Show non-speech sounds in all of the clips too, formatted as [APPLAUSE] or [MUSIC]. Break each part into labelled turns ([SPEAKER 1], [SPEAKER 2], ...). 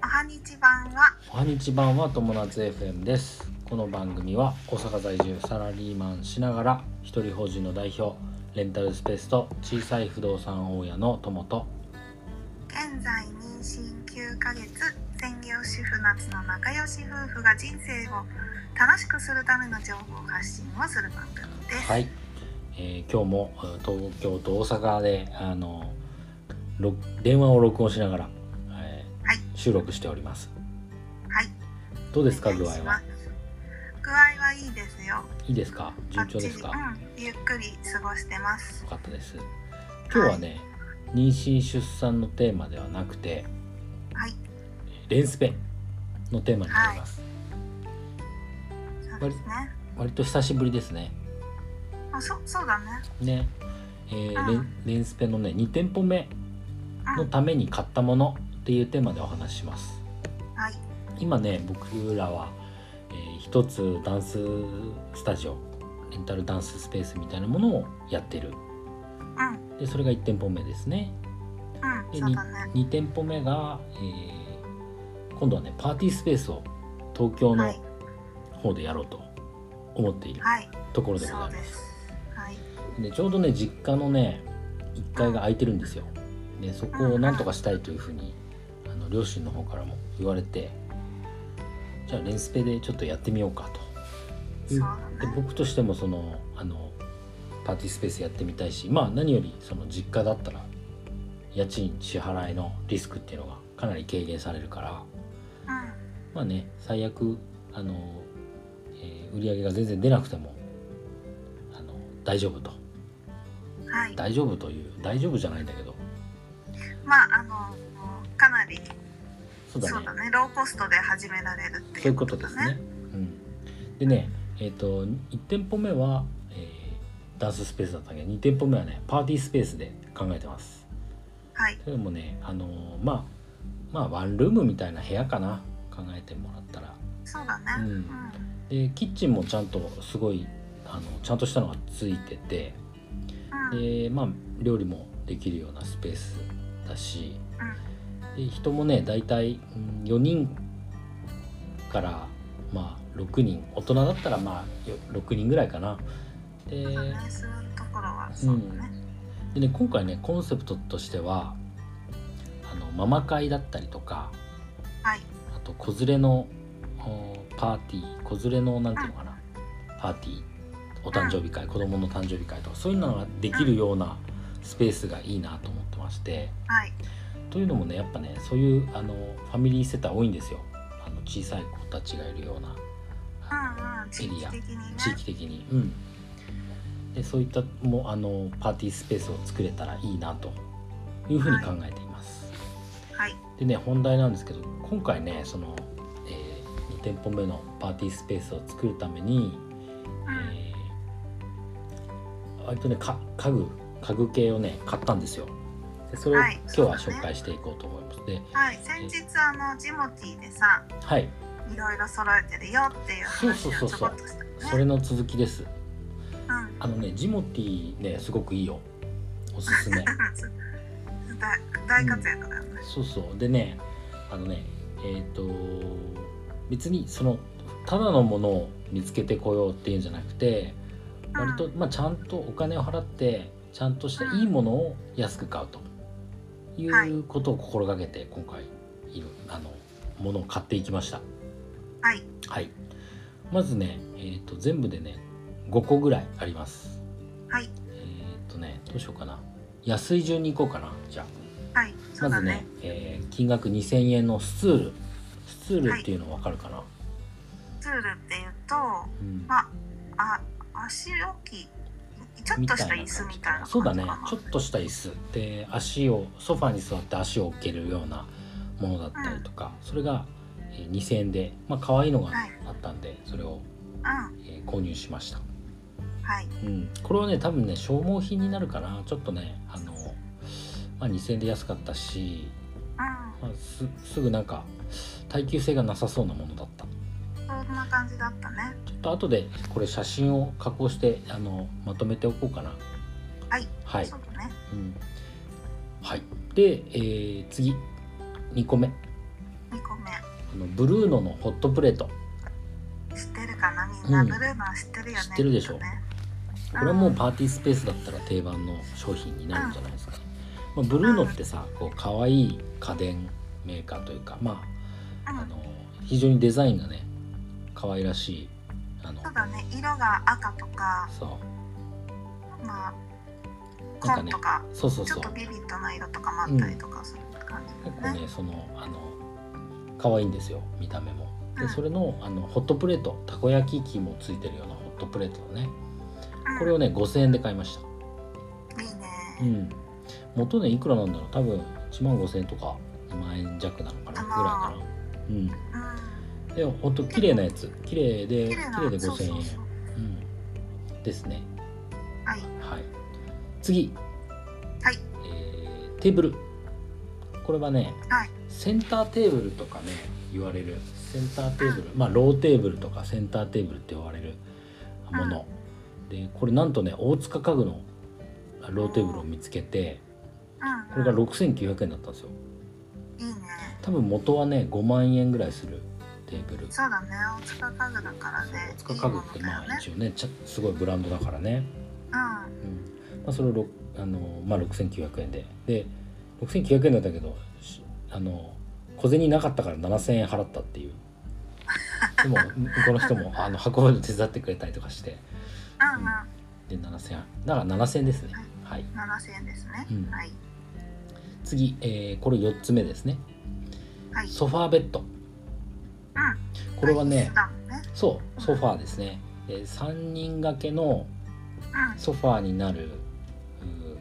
[SPEAKER 1] ハニチ版は
[SPEAKER 2] おはにちばんは友達 FM ですこの番組は大阪在住サラリーマンしながら一人法人の代表レンタルスペースと小さい不動産大家の友と
[SPEAKER 1] 現在妊娠9ヶ月専業主婦夏の仲良し夫婦が人生を楽しくするための情報発信をする番組です。
[SPEAKER 2] はい、えー今日もえー東京と大阪であの録電話を録音しながら、えー
[SPEAKER 1] はい
[SPEAKER 2] 収録しております
[SPEAKER 1] はい、
[SPEAKER 2] どうですか
[SPEAKER 1] お願
[SPEAKER 2] 具
[SPEAKER 1] い
[SPEAKER 2] 合
[SPEAKER 1] しま
[SPEAKER 2] は
[SPEAKER 1] す具合はいいですよ。
[SPEAKER 2] いいですか順調ですか
[SPEAKER 1] バ
[SPEAKER 2] よ
[SPEAKER 1] ッチリうん、ゆっくり過ごしてます。
[SPEAKER 2] かったです今日はね妊娠出産のテーマではなくて
[SPEAKER 1] はい、
[SPEAKER 2] レンスペのテーマになります、
[SPEAKER 1] そうですね。
[SPEAKER 2] 割と久しぶりですね
[SPEAKER 1] あ、そそうだね。
[SPEAKER 2] ね、えーレ
[SPEAKER 1] う
[SPEAKER 2] ン
[SPEAKER 1] ん
[SPEAKER 2] レンスペのね2店舗目
[SPEAKER 1] う
[SPEAKER 2] の
[SPEAKER 1] ん、
[SPEAKER 2] ために買ったものっていうテーマでお話しします
[SPEAKER 1] はい、
[SPEAKER 2] 今ね僕らは、えー一つダンススタジオレンタルダンススペースみたいなものをやってる
[SPEAKER 1] うん、
[SPEAKER 2] でそれが1店舗目ですね
[SPEAKER 1] う
[SPEAKER 2] で
[SPEAKER 1] ん、そうだね。
[SPEAKER 2] 2店舗目が、えー今度はねパーティースペースを東京
[SPEAKER 1] は
[SPEAKER 2] の
[SPEAKER 1] い、
[SPEAKER 2] 方でやろうと思っている
[SPEAKER 1] はい、
[SPEAKER 2] ところでご
[SPEAKER 1] そ
[SPEAKER 2] ざい
[SPEAKER 1] う
[SPEAKER 2] ます、
[SPEAKER 1] です。はい、
[SPEAKER 2] でちょうどね実家のね1階が空いてるんですよでそこをなんとかしたいというふうにあの両親の方からも言われてじゃあレンスペでちょっとやってみようかと
[SPEAKER 1] そうだ
[SPEAKER 2] で
[SPEAKER 1] ね。
[SPEAKER 2] 僕としてもそのあのパーティースペースやってみたいしまあ何よりその実家だったら家賃支払いのリスクっていうのがかなり軽減されるから
[SPEAKER 1] うん、
[SPEAKER 2] まあね最悪あの、えー売り上げが全然出なくてもあの大丈夫と
[SPEAKER 1] はい。
[SPEAKER 2] 大丈夫という大丈夫じゃないんだけど
[SPEAKER 1] まああのかなり
[SPEAKER 2] そうだ
[SPEAKER 1] そ
[SPEAKER 2] ね
[SPEAKER 1] うだねローコストで始められるって
[SPEAKER 2] そう
[SPEAKER 1] い
[SPEAKER 2] いう
[SPEAKER 1] う
[SPEAKER 2] こ
[SPEAKER 1] ことと
[SPEAKER 2] で
[SPEAKER 1] だ
[SPEAKER 2] す
[SPEAKER 1] ね。
[SPEAKER 2] ね、うん、でねえっ、と1店舗目は、えーダンススペースだったけど2店舗目はねパーティースペースで考えてます
[SPEAKER 1] はい、
[SPEAKER 2] それもねあのーまあまあワンルームみたいな部屋かな考えてもらったら
[SPEAKER 1] そうだね。
[SPEAKER 2] う
[SPEAKER 1] うんん、
[SPEAKER 2] でキッチンもちゃんとすごいあのちゃんとしたのがついてて
[SPEAKER 1] うん、
[SPEAKER 2] でまあ料理もできるようなスペースだしで人もね大体うん4人からまあ6人大人だったらまあよ6人ぐらいかなで,、
[SPEAKER 1] そうだね。そういうところはそうだね。
[SPEAKER 2] でね今回ねコンセプトとしてはあのママ会だったりとか
[SPEAKER 1] はい、
[SPEAKER 2] あと子連れのおパーティー子連れのなんていうのかなパーティーお誕生日会子供の誕生日会とかそういうのができるようなスペースがいいなと思ってまして。
[SPEAKER 1] はい、
[SPEAKER 2] というのもねやっぱねそういうあのファミリー世帯多いんですよあの小さい子たちがいるような
[SPEAKER 1] うんうん、地域的にね。
[SPEAKER 2] 地域的に、うん、でそういったもあのパーティースペースを作れたらいいなというふうに考えています、
[SPEAKER 1] はい、
[SPEAKER 2] でね本題なんですけど今回ねその、え2店舗目のパーティースペースを作るために、
[SPEAKER 1] うん、
[SPEAKER 2] えー割とねか家具家具系をね買ったんですよでそれを
[SPEAKER 1] はい
[SPEAKER 2] 今日は
[SPEAKER 1] そうだ
[SPEAKER 2] 紹
[SPEAKER 1] ね
[SPEAKER 2] 介していこうと思います、で
[SPEAKER 1] はい。先日あのジモティーでさ、
[SPEAKER 2] はい
[SPEAKER 1] いろいろ揃えてるよっていう話をちょこっとしたね。
[SPEAKER 2] それの続きです
[SPEAKER 1] うん、
[SPEAKER 2] あのねジモティーねすごくいいよおす
[SPEAKER 1] [LAUGHS]
[SPEAKER 2] すめ
[SPEAKER 1] 大大活躍だよね。
[SPEAKER 2] そうそうでねあのねえっ、と別にそのただのものを見つけてこようっていうんじゃなくて割と、まあ、ちゃんとお金を払ってちゃんとしたいいものを安く買うとい
[SPEAKER 1] はいう
[SPEAKER 2] ことを心がけて今回いるあのものを買っていきました
[SPEAKER 1] はい、
[SPEAKER 2] はいまずね、えー、と全部でね5個ぐらいあります
[SPEAKER 1] はい、
[SPEAKER 2] えーっとねどうしようかな安い順に行こうかなじゃ
[SPEAKER 1] はい、
[SPEAKER 2] あ
[SPEAKER 1] そう
[SPEAKER 2] ま
[SPEAKER 1] だ
[SPEAKER 2] ずね
[SPEAKER 1] ね。
[SPEAKER 2] えー金額2000円のスツールスツールっていうの分かるかな、
[SPEAKER 1] ツールっていうと。
[SPEAKER 2] うん
[SPEAKER 1] まあ、あ足置きちょっとした椅子みたいな感じ
[SPEAKER 2] そうだね
[SPEAKER 1] かな
[SPEAKER 2] ちょっとした椅子で足をソファに座って足を置けるようなものだったりとか、それがえー2000円でまあ可愛いのが
[SPEAKER 1] はい
[SPEAKER 2] あったんで、それ
[SPEAKER 1] うん
[SPEAKER 2] を、えー購入しました、
[SPEAKER 1] はい
[SPEAKER 2] うん、これはね多分ね消耗品になるかなちょっとねあの、まあ、2000円で安かったしまあ、すすぐなんか耐久性がなさそうなものだった
[SPEAKER 1] うんそんな感じだったね
[SPEAKER 2] ちょっと後でこれ写真を加工してあのまとめておこうかな
[SPEAKER 1] はい
[SPEAKER 2] はい
[SPEAKER 1] そうだね
[SPEAKER 2] うんはいで、えー次2個目
[SPEAKER 1] 2 2個目
[SPEAKER 2] あのブルーノのホットプレート
[SPEAKER 1] 知ってるかなみんな、
[SPEAKER 2] うん
[SPEAKER 1] ブルーマン知ってるよね
[SPEAKER 2] 知ってるでしょ
[SPEAKER 1] きっとね
[SPEAKER 2] これはもうパーティースペースだったら定番の商品になるんじゃないですか、まあ、ブルーノってさこう可愛い家電メーカーというかま
[SPEAKER 1] う
[SPEAKER 2] ああ
[SPEAKER 1] ん
[SPEAKER 2] の非常にデザインがね可愛らしいあの
[SPEAKER 1] そうだね色が赤とか
[SPEAKER 2] そ
[SPEAKER 1] まあ
[SPEAKER 2] な
[SPEAKER 1] 紺
[SPEAKER 2] んかね
[SPEAKER 1] とか
[SPEAKER 2] うそうそう
[SPEAKER 1] ちょ
[SPEAKER 2] そ
[SPEAKER 1] っ
[SPEAKER 2] う
[SPEAKER 1] とビビッドな色とかもあったりとかする感じ
[SPEAKER 2] 結
[SPEAKER 1] だ
[SPEAKER 2] 構
[SPEAKER 1] ね。
[SPEAKER 2] ねそのあの可愛いんですよ見た目も。
[SPEAKER 1] う
[SPEAKER 2] で
[SPEAKER 1] ん
[SPEAKER 2] それのあのホットプレートたこ焼き器もついてるようなホットプレートをね
[SPEAKER 1] うん
[SPEAKER 2] これをね5,000円で買いました。
[SPEAKER 1] いいね。
[SPEAKER 2] うん、元ねいくらなんだろう多分1万5,000円とか2万円弱なのかなぐらいかな。うん、
[SPEAKER 1] うん。
[SPEAKER 2] でほんと綺麗なやつ綺麗で綺
[SPEAKER 1] 綺麗な。
[SPEAKER 2] 麗で
[SPEAKER 1] そう
[SPEAKER 2] 5,000円
[SPEAKER 1] そうそう。
[SPEAKER 2] うん、ですね。
[SPEAKER 1] はい
[SPEAKER 2] はい、次、
[SPEAKER 1] はい
[SPEAKER 2] えーテーブルこれはね、
[SPEAKER 1] はい
[SPEAKER 2] センターテーブルとかね言われるセンターテーブル、まあローテーブルとかセンターテーブルって呼ばれるもの、でこれなんとね大塚家具のあローテーブルを見つけて
[SPEAKER 1] うん。
[SPEAKER 2] これが6900円だったんですよ
[SPEAKER 1] いいね。
[SPEAKER 2] 多分元はね5万円ぐらいするテーブル
[SPEAKER 1] そうだね。大塚家具だから
[SPEAKER 2] そう
[SPEAKER 1] ね。
[SPEAKER 2] 大塚家具って
[SPEAKER 1] いいもの
[SPEAKER 2] ま
[SPEAKER 1] だよ
[SPEAKER 2] あ
[SPEAKER 1] ね。
[SPEAKER 2] 一応ねちゃすごいブランドだからね、うんまあ、それをろあの、まあ、6900円でで6900円だったけどしあの小銭なかったから7000円払ったっていうでも向こうの人
[SPEAKER 1] [LAUGHS]
[SPEAKER 2] もあの運ぶの手伝ってくれたりとかして
[SPEAKER 1] うん。うんうん。
[SPEAKER 2] で7000円だから7000円ですねはい
[SPEAKER 1] 七千円ですね。
[SPEAKER 2] うん
[SPEAKER 1] はい。
[SPEAKER 2] 次、えーこれ4つ目ですね
[SPEAKER 1] はい。
[SPEAKER 2] ソファーベッド
[SPEAKER 1] うん。
[SPEAKER 2] これは
[SPEAKER 1] 椅
[SPEAKER 2] ね
[SPEAKER 1] 子だもんね。
[SPEAKER 2] そうソファーですねで3人掛けの
[SPEAKER 1] うん。
[SPEAKER 2] ソファーになるうん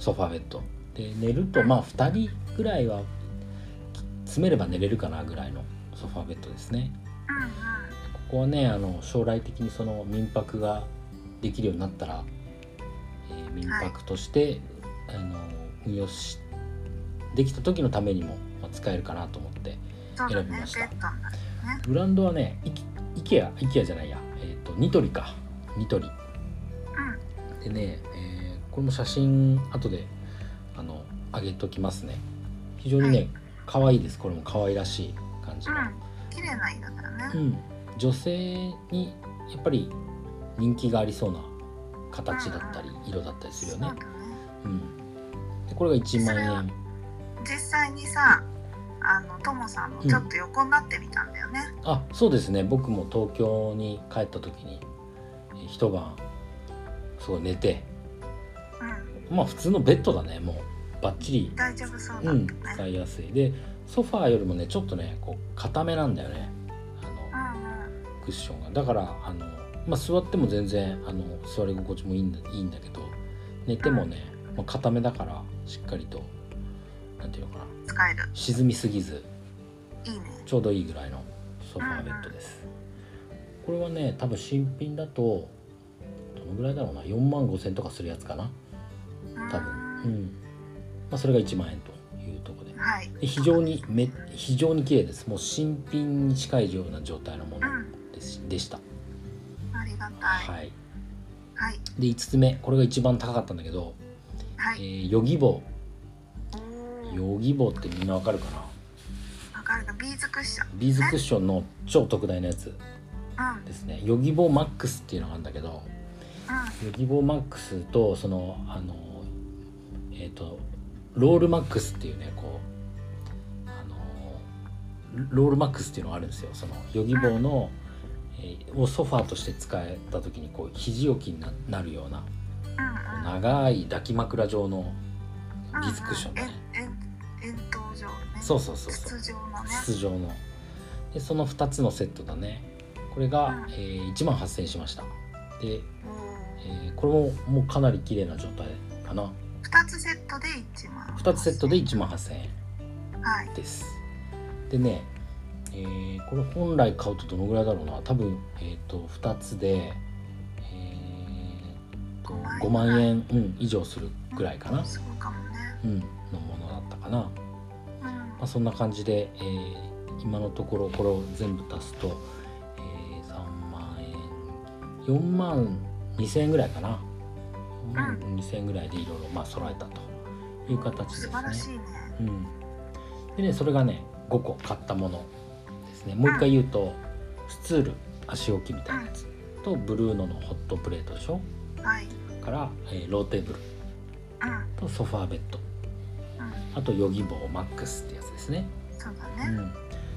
[SPEAKER 2] ソファーベッドで寝るとまあ2人ぐらいは詰めれば寝れるかなぐらいのソファーベッドですね
[SPEAKER 1] うんうん。
[SPEAKER 2] ここはねあの将来的にその民泊ができるようになったら、えー民泊として、あの運用しできた時のためにも、まあ、使えるかなと思って
[SPEAKER 1] そうだ
[SPEAKER 2] 選び
[SPEAKER 1] ね。ベ
[SPEAKER 2] ました
[SPEAKER 1] ッドなんだね。
[SPEAKER 2] ブランドはねイキイケアイケアじゃないや、えー、とニトリかニトリ
[SPEAKER 1] うん。
[SPEAKER 2] でね、えーこれも写真後であの上げときますね非常にね、
[SPEAKER 1] はい
[SPEAKER 2] 可愛いですこれも可愛らしい感じが、
[SPEAKER 1] うん。綺麗な色だ
[SPEAKER 2] う
[SPEAKER 1] ね。
[SPEAKER 2] ん、女性にやっぱり人気がありそうな形だったり色だったりするよね
[SPEAKER 1] そう、だね。
[SPEAKER 2] うん、でこれが1万
[SPEAKER 1] それは
[SPEAKER 2] 円
[SPEAKER 1] 実際にさあのともさんもちょっと横になってみたんだよね、
[SPEAKER 2] あそうですね僕も東京に帰った時にえー一晩すごい寝て
[SPEAKER 1] うん、
[SPEAKER 2] まあ普通のベッドだねもうバッチリ
[SPEAKER 1] 大丈夫そうだっ
[SPEAKER 2] う
[SPEAKER 1] たね
[SPEAKER 2] ん、使いやすいでソファーよりもねちょっとねこう硬めなんだよね
[SPEAKER 1] う
[SPEAKER 2] あ
[SPEAKER 1] んうん
[SPEAKER 2] のクッションがだからあの、まあ、座っても全然あの座り心地もいいんだいいんだけど寝てもね、まあ、硬めだからしっかりとなんていうのかな
[SPEAKER 1] 使える
[SPEAKER 2] 沈みすぎず
[SPEAKER 1] いいね
[SPEAKER 2] ちょうどいいぐらいのソファーベッドですこれはね多分新品だとどのぐらいだろうな4万5千とかするやつかな
[SPEAKER 1] うん
[SPEAKER 2] 多分うん、まあ、それが1万円というところで
[SPEAKER 1] はい
[SPEAKER 2] で非常にめ非常に綺麗ですもう新品に近いような状態のも
[SPEAKER 1] う
[SPEAKER 2] の
[SPEAKER 1] ん
[SPEAKER 2] ですでした
[SPEAKER 1] ありがたいはい
[SPEAKER 2] はい
[SPEAKER 1] はい、
[SPEAKER 2] で5つ目これが一番高かったんだけど、えー、ヨギボ
[SPEAKER 1] お
[SPEAKER 2] ー
[SPEAKER 1] ー
[SPEAKER 2] ヨギボーってみんなわかるかな
[SPEAKER 1] わかるかビーズクッション
[SPEAKER 2] ビーズクッションの超特大のやつ
[SPEAKER 1] うん
[SPEAKER 2] ですねヨギボーマックスっていうのがあるんだけどヨギボーマックスとそのあのえっ、とロールマックスっていうねこうあのロールマックスっていうのがあるんですよそのヨギボーの、えーをソファーとして使えた時にこう肘置きにななるような
[SPEAKER 1] うん
[SPEAKER 2] こう
[SPEAKER 1] うんうん
[SPEAKER 2] 長い抱き枕状のビーズクッション
[SPEAKER 1] う
[SPEAKER 2] ね
[SPEAKER 1] ん円円円筒状ね
[SPEAKER 2] そううそうそうそう
[SPEAKER 1] 筒状のね
[SPEAKER 2] 筒状のでその2つのセットだねこれが
[SPEAKER 1] う、ん
[SPEAKER 2] えー、1万8000円しましたで、
[SPEAKER 1] おー
[SPEAKER 2] えーこれももうかなり綺麗な状態かな
[SPEAKER 1] 二つセットで一万
[SPEAKER 2] 2つセットで1万8000円
[SPEAKER 1] はい
[SPEAKER 2] ですでね、えーこれ本来買うとどのぐらいだろうな多分、えー、と2つで、えーと5
[SPEAKER 1] 五万円
[SPEAKER 2] 万円、うん、以上するぐらいかな、
[SPEAKER 1] そうかもね
[SPEAKER 2] うん、のものだったかな、
[SPEAKER 1] う
[SPEAKER 2] ま
[SPEAKER 1] ん
[SPEAKER 2] あ、そんな感じで、えー今のところこれを全部足すと、えー3万円4万2000円ぐらいかな4万2000円ぐらいでいろいろまあ揃えたという形ですね。
[SPEAKER 1] 素晴らしいね
[SPEAKER 2] うん、でねそれがね5個買ったものですねもう一回言うとスツール足置きみたいなやつとブルーノのホットプレートでしょ
[SPEAKER 1] はい。
[SPEAKER 2] から、えーローテーブル
[SPEAKER 1] うん。
[SPEAKER 2] とソファーベッド
[SPEAKER 1] うん。
[SPEAKER 2] あとヨギボーマックスってやつですね、
[SPEAKER 1] そうだ
[SPEAKER 2] う
[SPEAKER 1] ね。
[SPEAKER 2] ん、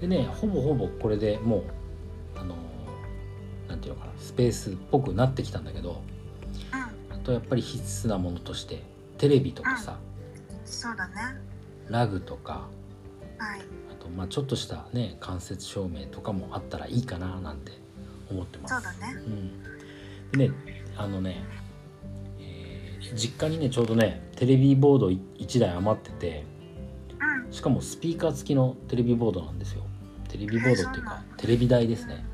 [SPEAKER 2] でねほぼほぼこれでもうあのーなんていうのかなスペースっぽくなってきたんだけど
[SPEAKER 1] う
[SPEAKER 2] あとやっぱり必須なものとしてテレビとかさ
[SPEAKER 1] ん。そうだね。
[SPEAKER 2] ラグとか
[SPEAKER 1] はい。
[SPEAKER 2] あとまあちょっとしたね間接照明とかもあったらいいかななんて思ってます
[SPEAKER 1] そうだね。
[SPEAKER 2] うん、でねあのね、えー実家にねちょうどねテレビボード1台余ってて
[SPEAKER 1] うん。
[SPEAKER 2] しかもスピーカー付きのテレビボードなんですよテレビボードって
[SPEAKER 1] えそ
[SPEAKER 2] いう
[SPEAKER 1] うな
[SPEAKER 2] か
[SPEAKER 1] の
[SPEAKER 2] テレビ台ですね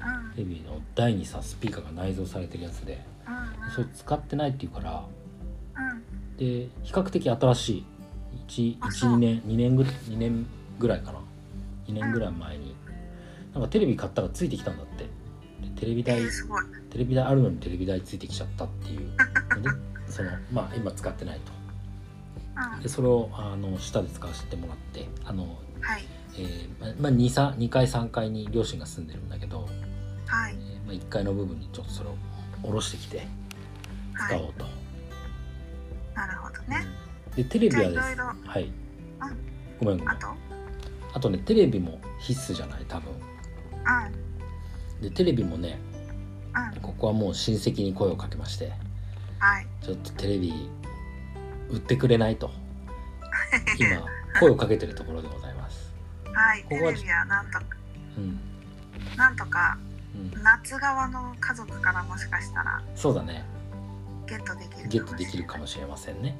[SPEAKER 1] うん。
[SPEAKER 2] テレビの台にさスピーカーが内蔵されてるやつでそれ使ってないっていうから
[SPEAKER 1] うん。うん。
[SPEAKER 2] で比較的新しい
[SPEAKER 1] あそう
[SPEAKER 2] 12年2年ぐ2年ぐらいかな2年ぐらい前になんかテレビ買ったらついてきたんだってでテレビ
[SPEAKER 1] え
[SPEAKER 2] 台
[SPEAKER 1] ー、すごい。
[SPEAKER 2] テレビ台あるのにテレビ台ついてきちゃったっていうで [LAUGHS] そのまあ今使ってないと
[SPEAKER 1] うん
[SPEAKER 2] で。それをあの下で使わせてもらってあの、
[SPEAKER 1] はい。
[SPEAKER 2] えーままあ、2, さ2階3階に両親が住んでるんだけど、
[SPEAKER 1] は
[SPEAKER 2] え
[SPEAKER 1] い。
[SPEAKER 2] ーまあ、1階の部分にちょっとそれを下ろしてきて
[SPEAKER 1] は
[SPEAKER 2] 使お
[SPEAKER 1] い。
[SPEAKER 2] うと、
[SPEAKER 1] なるほどね。
[SPEAKER 2] でテレビはです
[SPEAKER 1] じゃあいろいろ
[SPEAKER 2] はいごめんごめ
[SPEAKER 1] あ
[SPEAKER 2] ん
[SPEAKER 1] と。
[SPEAKER 2] あとねテレビも必須じゃない多分
[SPEAKER 1] うん。
[SPEAKER 2] でテレビもね
[SPEAKER 1] うん。
[SPEAKER 2] ここはもう親戚に声をかけまして
[SPEAKER 1] はい。
[SPEAKER 2] ちょっとテレビ売ってくれないと今声をかけてるところでございます
[SPEAKER 1] はい。
[SPEAKER 2] こ
[SPEAKER 1] テ
[SPEAKER 2] こは
[SPEAKER 1] レビはなんとか、
[SPEAKER 2] うん、
[SPEAKER 1] なんとか、
[SPEAKER 2] うん、
[SPEAKER 1] 夏側の家族からもしかしたら、
[SPEAKER 2] そうだね
[SPEAKER 1] ゲットできる。
[SPEAKER 2] ゲットできるか。もしれませんね、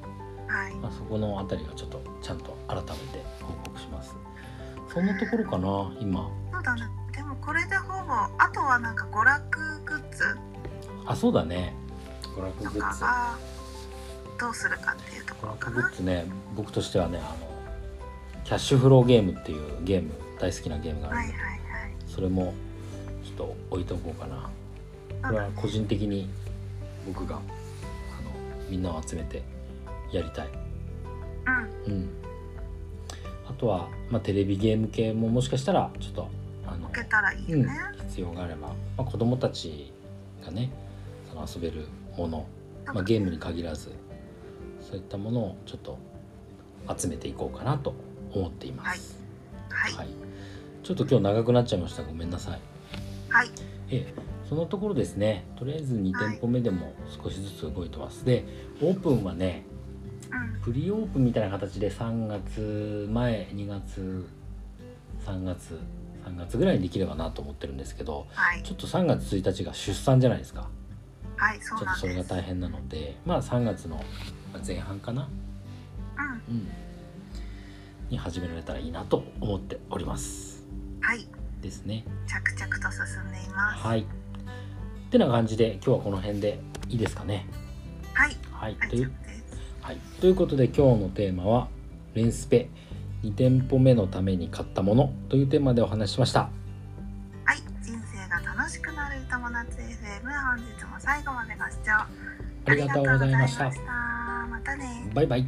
[SPEAKER 1] はい。
[SPEAKER 2] まあ、そこのあたりはちょっとちゃんと改めて報告しますそんなところかな今
[SPEAKER 1] そうだね。でも、これでほぼ、あとはなんか娯楽グッズ。
[SPEAKER 2] あそうだね娯楽
[SPEAKER 1] と
[SPEAKER 2] グッ
[SPEAKER 1] か
[SPEAKER 2] ズ
[SPEAKER 1] がどうするかっていうとこ
[SPEAKER 2] 娯
[SPEAKER 1] ろか
[SPEAKER 2] 楽
[SPEAKER 1] な。
[SPEAKER 2] グ
[SPEAKER 1] は
[SPEAKER 2] ッズね僕としてはねあのキャッシュフローゲームっていうゲーム大好きなゲームがあるん
[SPEAKER 1] い
[SPEAKER 2] で、
[SPEAKER 1] はいはい。
[SPEAKER 2] それもちょっと置いとこうかなこれは個人的に僕があのみんなを集めてやりたい
[SPEAKER 1] うん
[SPEAKER 2] うん、あとは、まあ、テレビゲーム系ももしかしたらちょっとあの
[SPEAKER 1] 置、けたらいいうよ
[SPEAKER 2] ん
[SPEAKER 1] ね。、
[SPEAKER 2] 必要があれば、まあ、子供たちがねその遊べるもの、まあ、ゲームに限らずそういったものをちょっと集めていこうかなと思っています。
[SPEAKER 1] はい
[SPEAKER 2] はいちょっと今日長くなっちゃいましたごめんなさい。
[SPEAKER 1] はい
[SPEAKER 2] ええ、そのところですねとりあえず2
[SPEAKER 1] はい
[SPEAKER 2] 店舗目でも少しずつ動いてます。でオープンはね
[SPEAKER 1] うん
[SPEAKER 2] プリオープンみたいな形で3月前2月3月3月ぐらいにできればなと思ってるんですけど
[SPEAKER 1] はい
[SPEAKER 2] ちょっと3月1日が出産じゃないですか
[SPEAKER 1] はいそう
[SPEAKER 2] ちょっと
[SPEAKER 1] なん
[SPEAKER 2] それが
[SPEAKER 1] です。
[SPEAKER 2] 大変なのでまあ3月の前半かな、
[SPEAKER 1] う
[SPEAKER 2] うん、に始められたらいいなと思っております
[SPEAKER 1] んはい
[SPEAKER 2] ですね
[SPEAKER 1] 着々と進んでいます。
[SPEAKER 2] はいってな感じで今日はこの辺でいいですかね
[SPEAKER 1] はい
[SPEAKER 2] はい
[SPEAKER 1] 大
[SPEAKER 2] と
[SPEAKER 1] 丈夫
[SPEAKER 2] いう
[SPEAKER 1] です。
[SPEAKER 2] はい、ということで今日のテーマは「レンスペ2店舗目のために買ったもの」というテーマでお話ししました
[SPEAKER 1] はい人生が楽しくなる友達 FM 本日も最後までご視聴
[SPEAKER 2] ありがとうございました
[SPEAKER 1] ありがとうございましたまたね。
[SPEAKER 2] バイバイ